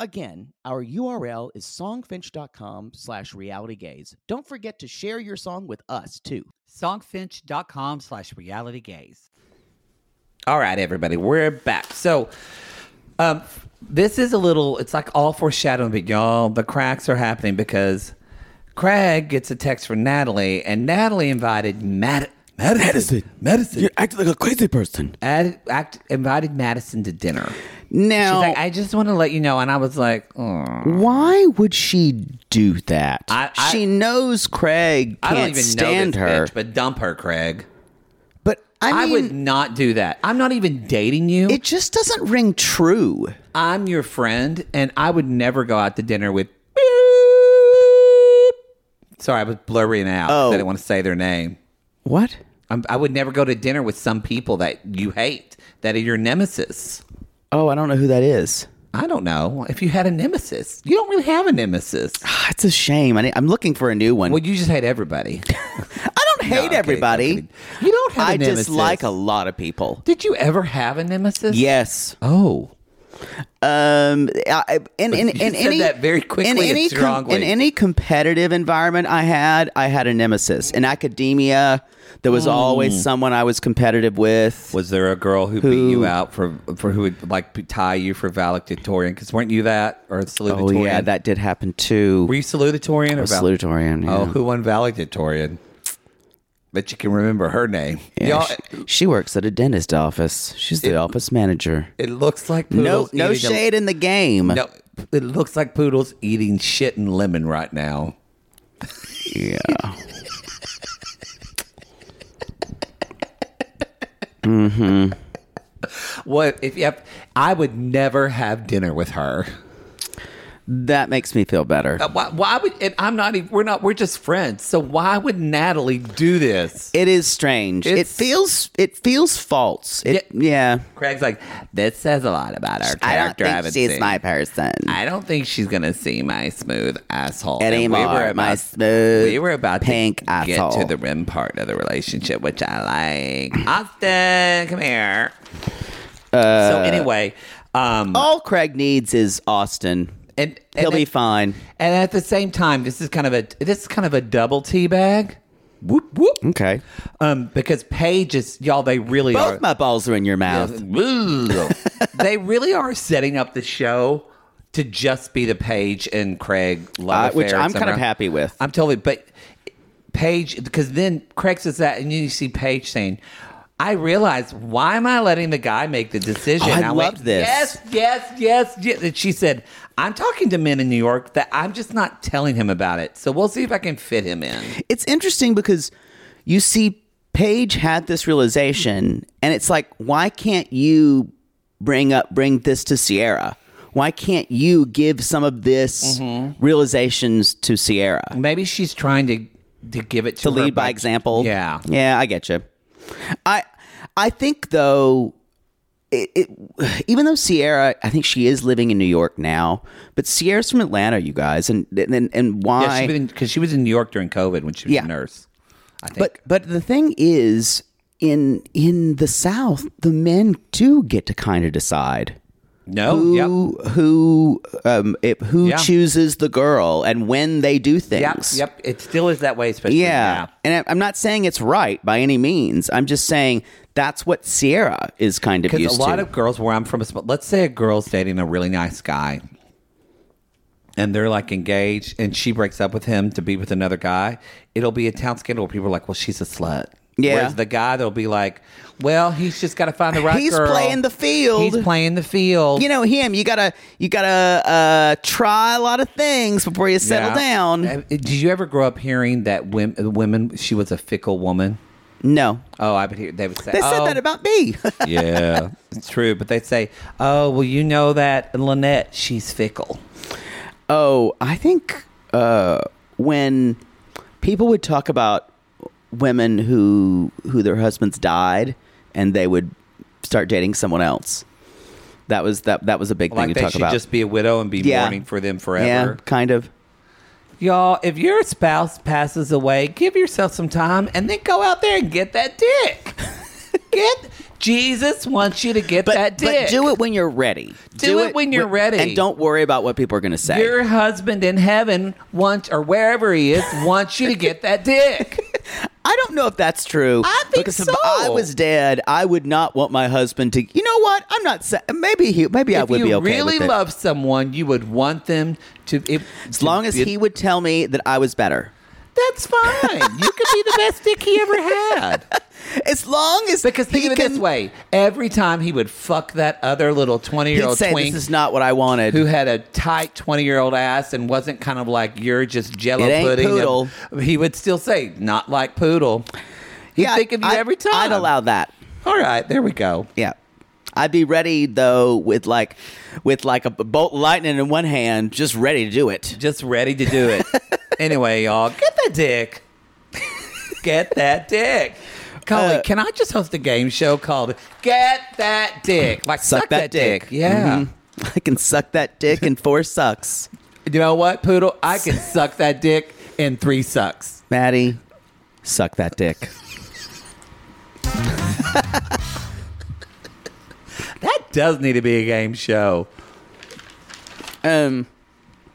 [SPEAKER 6] Again, our URL is songfinch.com slash realitygaze. Don't forget to share your song with us, too.
[SPEAKER 7] Songfinch.com slash realitygaze.
[SPEAKER 2] All right, everybody, we're back. So, um, this is a little, it's like all foreshadowing, but y'all, the cracks are happening because Craig gets a text from Natalie, and Natalie invited Mad- Madison. Madison.
[SPEAKER 1] You're acting like a crazy person.
[SPEAKER 2] Ad- act- invited Madison to dinner. She's
[SPEAKER 1] Now,
[SPEAKER 2] like, I just want to let you know. And I was like, oh.
[SPEAKER 1] why would she do that?
[SPEAKER 2] I- I-
[SPEAKER 1] she knows Craig
[SPEAKER 2] I
[SPEAKER 1] can't
[SPEAKER 2] don't even
[SPEAKER 1] stand
[SPEAKER 2] know this
[SPEAKER 1] her.
[SPEAKER 2] bitch, but dump her, Craig.
[SPEAKER 1] but I
[SPEAKER 2] I,
[SPEAKER 1] mean,
[SPEAKER 2] would not do that. I'm not even dating you.
[SPEAKER 1] it just doesn't ring true.
[SPEAKER 2] I'm your friend, and I would never go out to dinner with. Sorry, I was blurring it out.
[SPEAKER 1] Oh.
[SPEAKER 2] 'cause I didn't want to say their name.
[SPEAKER 1] What?
[SPEAKER 2] I'm, I would never go to dinner with some people that you hate, that are your nemesis.
[SPEAKER 1] Oh, I don't know who that is.
[SPEAKER 2] I don't know if you had a nemesis. You don't really have a nemesis.
[SPEAKER 1] Ah, It's a shame. I, need- I'm looking for a new one.
[SPEAKER 2] Well, you just hate everybody.
[SPEAKER 1] I don't hate
[SPEAKER 2] okay,
[SPEAKER 1] everybody.
[SPEAKER 2] okay. You don't have a
[SPEAKER 1] I
[SPEAKER 2] nemesis.
[SPEAKER 1] dislike a lot of people.
[SPEAKER 2] Did you ever have a nemesis?
[SPEAKER 1] Yes.
[SPEAKER 2] Oh.
[SPEAKER 1] Um. I, I- in in,
[SPEAKER 2] You
[SPEAKER 1] in
[SPEAKER 2] said
[SPEAKER 1] any
[SPEAKER 2] that very quickly
[SPEAKER 1] in
[SPEAKER 2] and
[SPEAKER 1] any
[SPEAKER 2] strongly.
[SPEAKER 1] in any competitive environment I had, I had a nemesis. In academia, there was always someone I was competitive with.
[SPEAKER 2] Was there a girl who, beat you out for for who would like tie you for valedictorian? Because weren't you that or
[SPEAKER 1] Oh
[SPEAKER 2] salutatorian?
[SPEAKER 1] yeah, that did happen too.
[SPEAKER 2] were you salutatorian or
[SPEAKER 1] was
[SPEAKER 2] val-
[SPEAKER 1] salutatorian,
[SPEAKER 2] Oh,
[SPEAKER 1] yeah.
[SPEAKER 2] who won valedictorian? Bet you can remember her name.
[SPEAKER 1] Yeah,
[SPEAKER 2] Y'all,
[SPEAKER 1] she, she works at a dentist office. She's the office manager.
[SPEAKER 2] it looks like
[SPEAKER 1] No,
[SPEAKER 2] poodles
[SPEAKER 1] no
[SPEAKER 2] eating a-
[SPEAKER 1] shade in the game.
[SPEAKER 2] no, it looks like poodles eating shit and lemon right now.
[SPEAKER 1] Yeah.
[SPEAKER 2] What if you have, I would never have dinner with her?
[SPEAKER 1] That makes me feel better.
[SPEAKER 2] Uh, Why, why would? And I'm not. even We're not. We're just friends. So why would Natalie do this?
[SPEAKER 1] It is strange. It
[SPEAKER 2] It's-
[SPEAKER 1] feels it feels false. It, yeah.
[SPEAKER 2] Craig's like, this says a lot about our character.
[SPEAKER 1] I don't think
[SPEAKER 2] haven't
[SPEAKER 1] she's
[SPEAKER 2] seen."
[SPEAKER 1] my person.
[SPEAKER 2] I don't think she's gonna see my smooth asshole And
[SPEAKER 1] Anymore, my smooth
[SPEAKER 2] We were about
[SPEAKER 1] pink
[SPEAKER 2] to
[SPEAKER 1] asshole.
[SPEAKER 2] get to the rim part of the relationship, which I like. Austin, come here.
[SPEAKER 1] Uh,
[SPEAKER 2] so anyway, um,
[SPEAKER 1] All Craig needs is Austin.
[SPEAKER 2] and, and
[SPEAKER 1] Oh, He'll be
[SPEAKER 2] at-
[SPEAKER 1] fine.
[SPEAKER 2] And at the same time, this is kind of a this is kind of a double tea bag. Whoop whoop.
[SPEAKER 1] Okay.
[SPEAKER 2] Um, because Paige is y'all. They really
[SPEAKER 1] Mm-hmm. Both
[SPEAKER 2] are.
[SPEAKER 1] my balls are in your mouth.
[SPEAKER 2] they really are setting up the show to just be the Paige and Craig love
[SPEAKER 1] Uh, which
[SPEAKER 2] affair
[SPEAKER 1] I'm kind of
[SPEAKER 2] somehow.
[SPEAKER 1] happy with.
[SPEAKER 2] I'm totally, but Paige, because then Craig says that, and you see Paige saying, I realized why am I letting the guy make the decision?
[SPEAKER 1] Oh, I
[SPEAKER 2] And went,
[SPEAKER 1] loved this.
[SPEAKER 2] Yes, yes, yes, yes. And she said, I'm talking to men in New York that I'm just not telling him about it. So we'll see if I can fit him in.
[SPEAKER 1] It's interesting because you see Paige had this realization and it's like why can't you bring up bring this to Sierra? Why can't you give some of this
[SPEAKER 2] Mm-hmm.
[SPEAKER 1] realizations to Sierra?
[SPEAKER 2] Maybe she's trying to to give it to,
[SPEAKER 1] to
[SPEAKER 2] her
[SPEAKER 1] lead by example.
[SPEAKER 2] Yeah.
[SPEAKER 1] yeah, I get you. I I think though, it, it even though Sierra, I think she is living in New York now, but Sierra's from Atlanta, you guys, and and and why?
[SPEAKER 2] Yeah, because she was in New York during COVID when she was
[SPEAKER 1] Yeah.
[SPEAKER 2] a nurse. I think.
[SPEAKER 1] but but the thing is, in in the South, the men do get to kind of decide.
[SPEAKER 2] no,
[SPEAKER 1] Who who um it, who
[SPEAKER 2] Yeah.
[SPEAKER 1] chooses the girl and when they do things?
[SPEAKER 2] yep, yep, yep. It still is that way, especially
[SPEAKER 1] Yeah.
[SPEAKER 2] now.
[SPEAKER 1] And I- I'm not saying it's right by any means. I'm just saying that's what Sierra is kind of
[SPEAKER 2] Because
[SPEAKER 1] used
[SPEAKER 2] a lot
[SPEAKER 1] to.
[SPEAKER 2] of girls where I'm from, let's say a girl's dating a really nice guy and they're like engaged and she breaks up with him to be with another guy, it'll be a town scandal where people are like, well, she's a slut.
[SPEAKER 1] Yeah.
[SPEAKER 2] Whereas the guy, they'll be like, well, he's just got to find the right
[SPEAKER 1] He's
[SPEAKER 2] girl.
[SPEAKER 1] playing the field.
[SPEAKER 2] He's playing the field.
[SPEAKER 1] you know him. You gotta you gotta uh, try a lot of things before you settle
[SPEAKER 2] Yeah.
[SPEAKER 1] down.
[SPEAKER 2] Uh, Did you ever grow up hearing that women, women she was a fickle woman?
[SPEAKER 1] No,
[SPEAKER 2] Oh, I would hear they would say
[SPEAKER 1] they said
[SPEAKER 2] "Oh,
[SPEAKER 1] that about me.
[SPEAKER 2] yeah, it's true. But they say, oh, well, you know that Lynette, she's fickle.
[SPEAKER 1] oh, I think uh, when people would talk about women who who their husbands died and they would start dating someone else. That was that that was a big
[SPEAKER 2] Like
[SPEAKER 1] thing to
[SPEAKER 2] they
[SPEAKER 1] talk
[SPEAKER 2] should
[SPEAKER 1] about.
[SPEAKER 2] just be a widow and be
[SPEAKER 1] Yeah.
[SPEAKER 2] mourning for them
[SPEAKER 1] yeah,
[SPEAKER 2] forever.
[SPEAKER 1] kind of.
[SPEAKER 2] Y'all, if your spouse passes away, give yourself some time and then go out there and get that dick. get Jesus wants you to get that dick.
[SPEAKER 1] but do it when you're ready.
[SPEAKER 2] Do it when you're
[SPEAKER 1] wh-
[SPEAKER 2] ready.
[SPEAKER 1] and don't worry about what people are going to say.
[SPEAKER 2] Your husband in heaven wants, or wherever he is, wants you to get that dick.
[SPEAKER 1] I don't know if that's true.
[SPEAKER 2] I think
[SPEAKER 1] because
[SPEAKER 2] so.
[SPEAKER 1] if I was dead, I would not want my husband to. You know what? I'm not. sa- Maybe he. Maybe I
[SPEAKER 2] if
[SPEAKER 1] would
[SPEAKER 2] you
[SPEAKER 1] be okay
[SPEAKER 2] really
[SPEAKER 1] with it.
[SPEAKER 2] love someone, you would want them to. If,
[SPEAKER 1] as long as he would tell me that I was better.
[SPEAKER 2] that's fine. you could be the best dick he ever had.
[SPEAKER 1] As long as
[SPEAKER 2] Because think
[SPEAKER 1] he
[SPEAKER 2] of it
[SPEAKER 1] can,
[SPEAKER 2] this way: every time he would fuck that other little
[SPEAKER 1] he'd
[SPEAKER 2] twenty-year-old
[SPEAKER 1] say
[SPEAKER 2] twink
[SPEAKER 1] this is not what I wanted.
[SPEAKER 2] who had a tight twenty-year-old ass and wasn't kind of like you're just Jello
[SPEAKER 1] It ain't
[SPEAKER 2] pudding.
[SPEAKER 1] poodle.
[SPEAKER 2] He would still say, "Not like poodle." He'd
[SPEAKER 1] Yeah,
[SPEAKER 2] think of you
[SPEAKER 1] I-
[SPEAKER 2] every time.
[SPEAKER 1] I'd allow that.
[SPEAKER 2] All right, there we go.
[SPEAKER 1] Yeah. I'd be ready though with like with like a bolt of lightning in one hand, just ready to do it.
[SPEAKER 2] Just ready to do it. anyway, y'all, get that dick. get that dick. Colleen,
[SPEAKER 1] Uh,
[SPEAKER 2] can I just host a game show called "Get That Dick"? Like
[SPEAKER 1] Suck, that, dick.
[SPEAKER 2] Yeah.
[SPEAKER 1] Mhm. I can suck that dick in four sucks.
[SPEAKER 2] You know what, Poodle? I can suck that dick in three sucks.
[SPEAKER 1] Maddie, suck that dick.
[SPEAKER 2] That does need to be a game show.
[SPEAKER 1] Um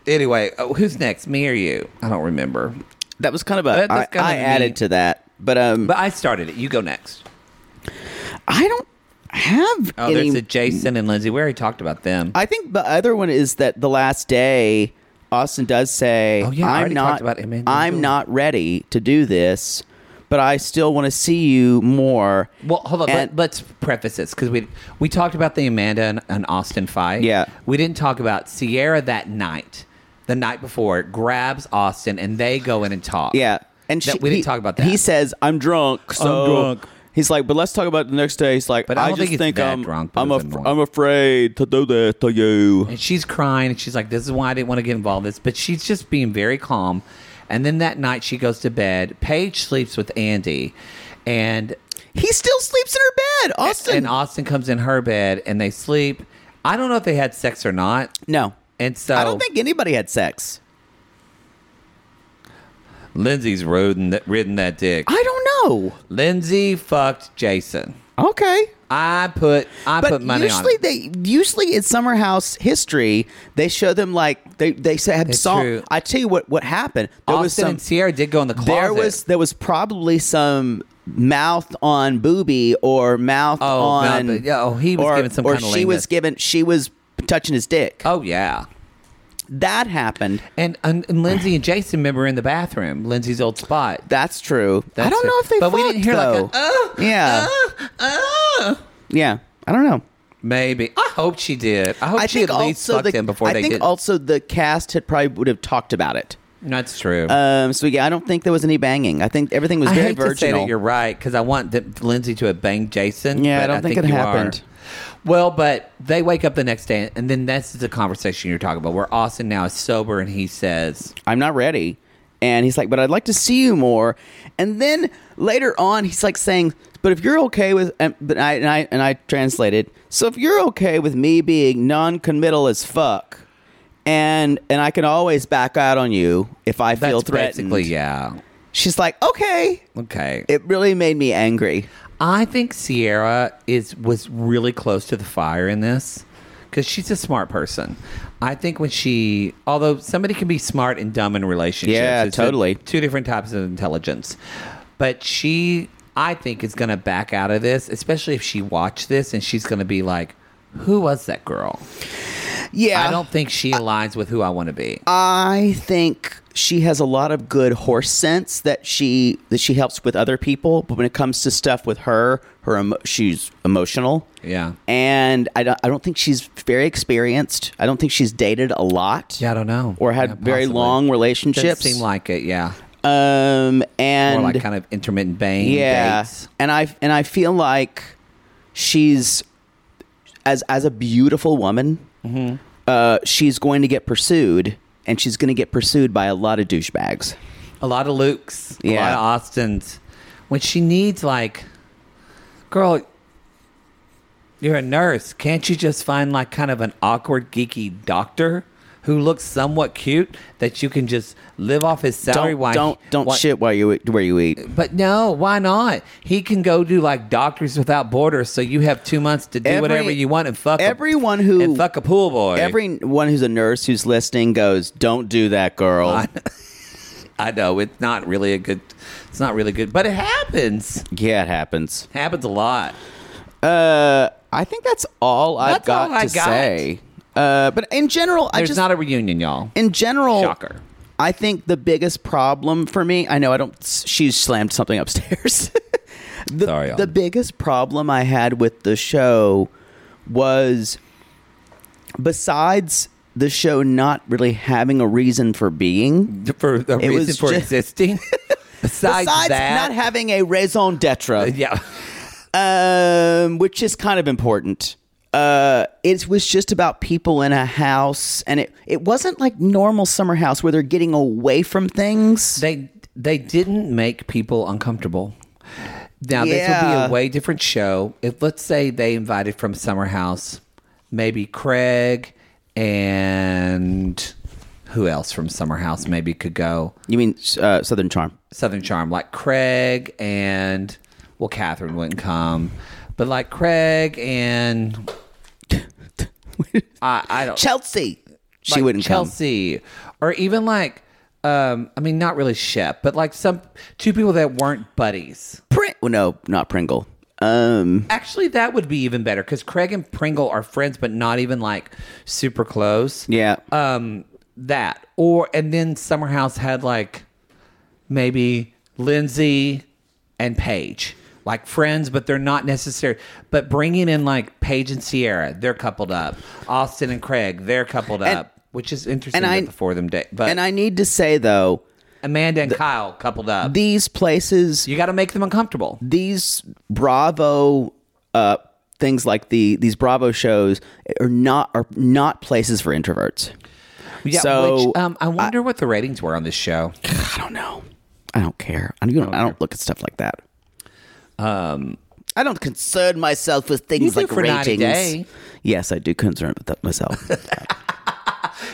[SPEAKER 2] Anyway, oh, who's next? Me or you? I don't remember.
[SPEAKER 1] that was kind of a I
[SPEAKER 2] That- that's kind
[SPEAKER 1] I
[SPEAKER 2] of
[SPEAKER 1] added
[SPEAKER 2] neat.
[SPEAKER 1] to that. But um
[SPEAKER 2] But I started it. You go next.
[SPEAKER 1] I don't have
[SPEAKER 2] Oh,
[SPEAKER 1] any
[SPEAKER 2] there's a Jason and Lindsay. We already talked about them.
[SPEAKER 1] I think the other one is that the last day, Austin does say,
[SPEAKER 2] Oh, yeah, I
[SPEAKER 1] "I'm
[SPEAKER 2] already
[SPEAKER 1] not,
[SPEAKER 2] talked about Emmanuel
[SPEAKER 1] I'm
[SPEAKER 2] Lewis.
[SPEAKER 1] not ready to do this, but I still want to see you more."
[SPEAKER 2] Well, hold on.
[SPEAKER 1] And-
[SPEAKER 2] Let, let's preface this because we we talked about the Amanda and, and Austin fight.
[SPEAKER 1] Yeah.
[SPEAKER 2] we didn't talk about Sierra that night, the night before, grabs Austin and they go in and talk.
[SPEAKER 1] yeah, and
[SPEAKER 2] That-
[SPEAKER 1] she,
[SPEAKER 2] we didn't
[SPEAKER 1] he-
[SPEAKER 2] talk about that.
[SPEAKER 1] He says, "I'm drunk." So
[SPEAKER 2] drunk.
[SPEAKER 1] He's like, "But let's talk about the next day." He's like,
[SPEAKER 2] But I don't
[SPEAKER 1] just
[SPEAKER 2] think he's that
[SPEAKER 1] I'm
[SPEAKER 2] drunk, but
[SPEAKER 1] I'm,
[SPEAKER 2] he's
[SPEAKER 1] af-
[SPEAKER 2] annoyed.
[SPEAKER 1] I'm afraid to do this to you."
[SPEAKER 2] and she's crying and she's like, "This is why I didn't want to get involved in this," but she's just being very calm. And then that night she goes to bed. Paige sleeps with Andy, and
[SPEAKER 1] He still sleeps in her bed, Austin.
[SPEAKER 2] and Austin comes in her bed and they sleep. I don't know if they had sex or not.
[SPEAKER 1] no,
[SPEAKER 2] And so
[SPEAKER 1] I don't think anybody had sex.
[SPEAKER 2] Lindsay's ridden that, ridden that dick.
[SPEAKER 1] I don't know.
[SPEAKER 2] Lindsay fucked Jason.
[SPEAKER 1] Okay.
[SPEAKER 2] I put I
[SPEAKER 1] but
[SPEAKER 2] put money on
[SPEAKER 1] usually
[SPEAKER 2] it.
[SPEAKER 1] they usually in summer house history they show them like they they say have
[SPEAKER 2] It's
[SPEAKER 1] song.
[SPEAKER 2] true.
[SPEAKER 1] I tell you what what happened. There
[SPEAKER 2] Austin
[SPEAKER 1] was some
[SPEAKER 2] and Sierra did go in the closet.
[SPEAKER 1] there was there was probably some mouth on booby or mouth
[SPEAKER 2] Oh, mouth-
[SPEAKER 1] on
[SPEAKER 2] yeah, oh, he was
[SPEAKER 1] or,
[SPEAKER 2] giving some
[SPEAKER 1] or
[SPEAKER 2] kind of
[SPEAKER 1] she was
[SPEAKER 2] lameness.
[SPEAKER 1] given she was touching his dick.
[SPEAKER 2] oh yeah.
[SPEAKER 1] That happened.
[SPEAKER 2] And, and and Lindsay and Jason remember in the bathroom, Lindsay's old spot.
[SPEAKER 1] That's true. I
[SPEAKER 2] That's
[SPEAKER 1] don't
[SPEAKER 2] it.
[SPEAKER 1] know if they
[SPEAKER 2] But
[SPEAKER 1] fucked,
[SPEAKER 2] we didn't hear
[SPEAKER 1] though.
[SPEAKER 2] like a oh
[SPEAKER 1] yeah
[SPEAKER 2] oh.
[SPEAKER 1] yeah. I don't know.
[SPEAKER 2] Maybe I hope she did. I hope she at least fucked
[SPEAKER 1] the-
[SPEAKER 2] him before
[SPEAKER 1] I
[SPEAKER 2] they
[SPEAKER 1] think
[SPEAKER 2] did.
[SPEAKER 1] also the cast had probably would have talked about it.
[SPEAKER 2] That's true.
[SPEAKER 1] Um, so yeah, I don't think there was any banging. I think everything was
[SPEAKER 2] I
[SPEAKER 1] very
[SPEAKER 2] hate
[SPEAKER 1] virginal.
[SPEAKER 2] to say that you're right because I want that Lindsay to have banged Jason.
[SPEAKER 1] Yeah, I
[SPEAKER 2] but
[SPEAKER 1] don't think it
[SPEAKER 2] you are.
[SPEAKER 1] happened.
[SPEAKER 2] Well, but they wake up the next day, and then that's the conversation you're talking about, where Austin now is sober and he says,
[SPEAKER 1] I'm not ready. And he's like, but I'd like to see you more. And then later on, he's like saying, but if you're okay with, and, but I, and I, and I translated, so if you're okay with me being non-committal as fuck, and, and I can always back out on you if I
[SPEAKER 2] "That's
[SPEAKER 1] feel threatened.
[SPEAKER 2] basically yeah,
[SPEAKER 1] She's like, okay.
[SPEAKER 2] okay."
[SPEAKER 1] It really made me angry.
[SPEAKER 2] I think Sierra is was really close to the fire in this because she's a smart person. I think when she, although somebody can be smart and dumb in relationships,
[SPEAKER 1] Yeah,
[SPEAKER 2] a-
[SPEAKER 1] totally.
[SPEAKER 2] two different types of intelligence. But she, I think, is going to back out of this, especially if she watched this and she's going to be like, "Who was that girl?"
[SPEAKER 1] Yeah.
[SPEAKER 2] I don't think she aligns with who I want to be.
[SPEAKER 1] I think she has a lot of good horse sense that she that she helps with other people, but when it comes to stuff with her, her emo- she's emotional.
[SPEAKER 2] Yeah.
[SPEAKER 1] and I don't I don't think she's very experienced. I don't think she's dated a lot.
[SPEAKER 2] Yeah, I don't know.
[SPEAKER 1] or had
[SPEAKER 2] Yeah,
[SPEAKER 1] very
[SPEAKER 2] possibly.
[SPEAKER 1] long relationships.
[SPEAKER 2] Doesn't seem like it. Yeah,
[SPEAKER 1] um and
[SPEAKER 2] or like kind of intermittent bang.
[SPEAKER 1] yeah,
[SPEAKER 2] dates.
[SPEAKER 1] and I and I feel like she's as as a beautiful woman.
[SPEAKER 2] Mm-hmm.
[SPEAKER 1] Uh, she's going to get pursued, and she's going to get pursued by a lot of douchebags.
[SPEAKER 2] A lot of Luke's. A lot
[SPEAKER 1] Yeah.
[SPEAKER 2] of Austin's. When she needs, like, girl, You're a nurse. Can't you just find like kind of an awkward, geeky doctor who looks somewhat cute that you can just live off his salary?
[SPEAKER 1] Don't
[SPEAKER 2] while-
[SPEAKER 1] don't don't
[SPEAKER 2] while-
[SPEAKER 1] shit while you eat- where you eat.
[SPEAKER 2] But no, why not? He can go do like Doctors Without Borders, so you have two months to do
[SPEAKER 1] Every-
[SPEAKER 2] whatever you want and fuck
[SPEAKER 1] everyone
[SPEAKER 2] a,
[SPEAKER 1] who-
[SPEAKER 2] and fuck a pool boy.
[SPEAKER 1] Everyone who's a nurse who's listening goes, "Don't do that, girl."
[SPEAKER 2] I know it's not really a good. It's not really good, but it happens.
[SPEAKER 1] yeah, it happens.
[SPEAKER 2] Happens a lot.
[SPEAKER 1] Uh, I think that's all I've
[SPEAKER 2] That's all
[SPEAKER 1] got
[SPEAKER 2] I
[SPEAKER 1] to
[SPEAKER 2] got.
[SPEAKER 1] say. Uh, but in general, I
[SPEAKER 2] There's
[SPEAKER 1] just
[SPEAKER 2] not a reunion, y'all.
[SPEAKER 1] in general,
[SPEAKER 2] Shocker.
[SPEAKER 1] I think the biggest problem for me, I know I don't. She slammed something upstairs. the,
[SPEAKER 2] Sorry, y'all.
[SPEAKER 1] The biggest problem I had with the show was, besides the show not really having a reason for being,
[SPEAKER 2] for the
[SPEAKER 1] It
[SPEAKER 2] reason
[SPEAKER 1] was
[SPEAKER 2] for
[SPEAKER 1] ju-
[SPEAKER 2] existing. Besides,
[SPEAKER 1] besides
[SPEAKER 2] that, Uh,
[SPEAKER 1] not having a raison d'être,
[SPEAKER 2] yeah,
[SPEAKER 1] um, which is kind of important. Uh, it was just about people in a house, and it, it wasn't like normal summer house where they're getting away from things.
[SPEAKER 2] they they didn't make people uncomfortable. Now this would
[SPEAKER 1] Yeah.
[SPEAKER 2] be a way different show if, let's say, they invited from Summer House, maybe Craig and who else from Summer House maybe could go
[SPEAKER 1] you mean uh, Southern Charm?
[SPEAKER 2] Southern Charm, like Craig and well, Catherine wouldn't come, but like Craig and I, I don't
[SPEAKER 1] Chelsea. She
[SPEAKER 2] like
[SPEAKER 1] wouldn't
[SPEAKER 2] Chelsea, or even like um, I mean, not really Shep, but like some two people that weren't buddies.
[SPEAKER 1] come. Pring- well, no, not Pringle. Um,
[SPEAKER 2] Actually, that would be even better because Craig and Pringle are friends, but not even like super close.
[SPEAKER 1] yeah.
[SPEAKER 2] Um, that or and then Summer House had like maybe Lindsay and Paige. Like friends, but they're not necessary. But bringing in like Paige and Sierra, they're coupled up. Austin and Craig, they're coupled
[SPEAKER 1] And-
[SPEAKER 2] up, which is interesting.
[SPEAKER 1] and I-
[SPEAKER 2] that the four of them, date. but
[SPEAKER 1] and I need to say though,
[SPEAKER 2] Amanda and Kyle coupled up.
[SPEAKER 1] these places,
[SPEAKER 2] you got to make them uncomfortable.
[SPEAKER 1] these Bravo uh, things like the these Bravo shows are not are not places for introverts.
[SPEAKER 2] Yeah,
[SPEAKER 1] So,
[SPEAKER 2] which, um, I wonder what the ratings were on this show.
[SPEAKER 1] I don't know. I don't care. I don't. I don't look at stuff like that.
[SPEAKER 2] Um,
[SPEAKER 1] I don't concern myself with things
[SPEAKER 2] do
[SPEAKER 1] like
[SPEAKER 2] for 90
[SPEAKER 1] ratings.
[SPEAKER 2] Day.
[SPEAKER 1] Yes, I do concern with that myself.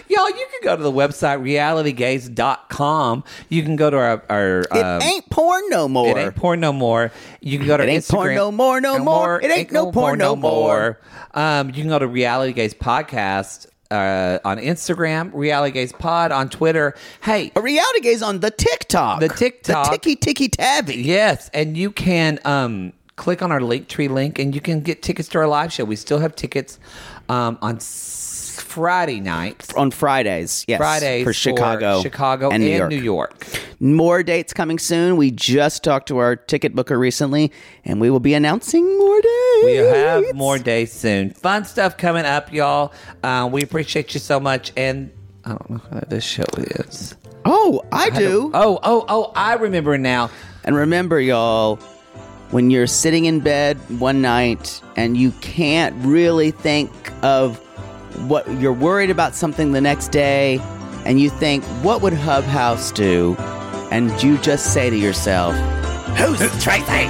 [SPEAKER 2] y'all, you can go to the website realitygaze.com. You can go to our. our
[SPEAKER 1] it
[SPEAKER 2] um,
[SPEAKER 1] ain't porn no more.
[SPEAKER 2] it ain't porn no more. You can go to
[SPEAKER 1] It
[SPEAKER 2] our
[SPEAKER 1] ain't porn
[SPEAKER 2] Instagram-
[SPEAKER 1] no more, no more. It ain't no porn no more.
[SPEAKER 2] Um, you can go to Reality Gaze Podcast uh, on Instagram, Reality Gaze Pod on Twitter. Hey,
[SPEAKER 1] A reality gaze on the TikTok.
[SPEAKER 2] The TikTok.
[SPEAKER 1] The ticky ticky tabby.
[SPEAKER 2] Yes, and you can um, click on our Linktree link, and you can get tickets to our live show. We still have tickets um, on s- Friday nights,
[SPEAKER 1] On Fridays, yes.
[SPEAKER 2] Fridays
[SPEAKER 1] For Chicago.
[SPEAKER 2] Chicago,
[SPEAKER 1] and New York. More dates coming soon. We just talked to our ticket booker recently, and we will be announcing more dates.
[SPEAKER 2] We have more days soon. Fun stuff coming up, y'all. Uh, we appreciate you so much, and I don't know how this show is.
[SPEAKER 1] Oh, I do.
[SPEAKER 2] Oh, oh, oh! I remember now.
[SPEAKER 1] And remember, y'all, when you're sitting in bed one night and you can't really think of what you're worried about something the next day, and you think, what would Hub House do? And you just say to yourself, Who's Tracy?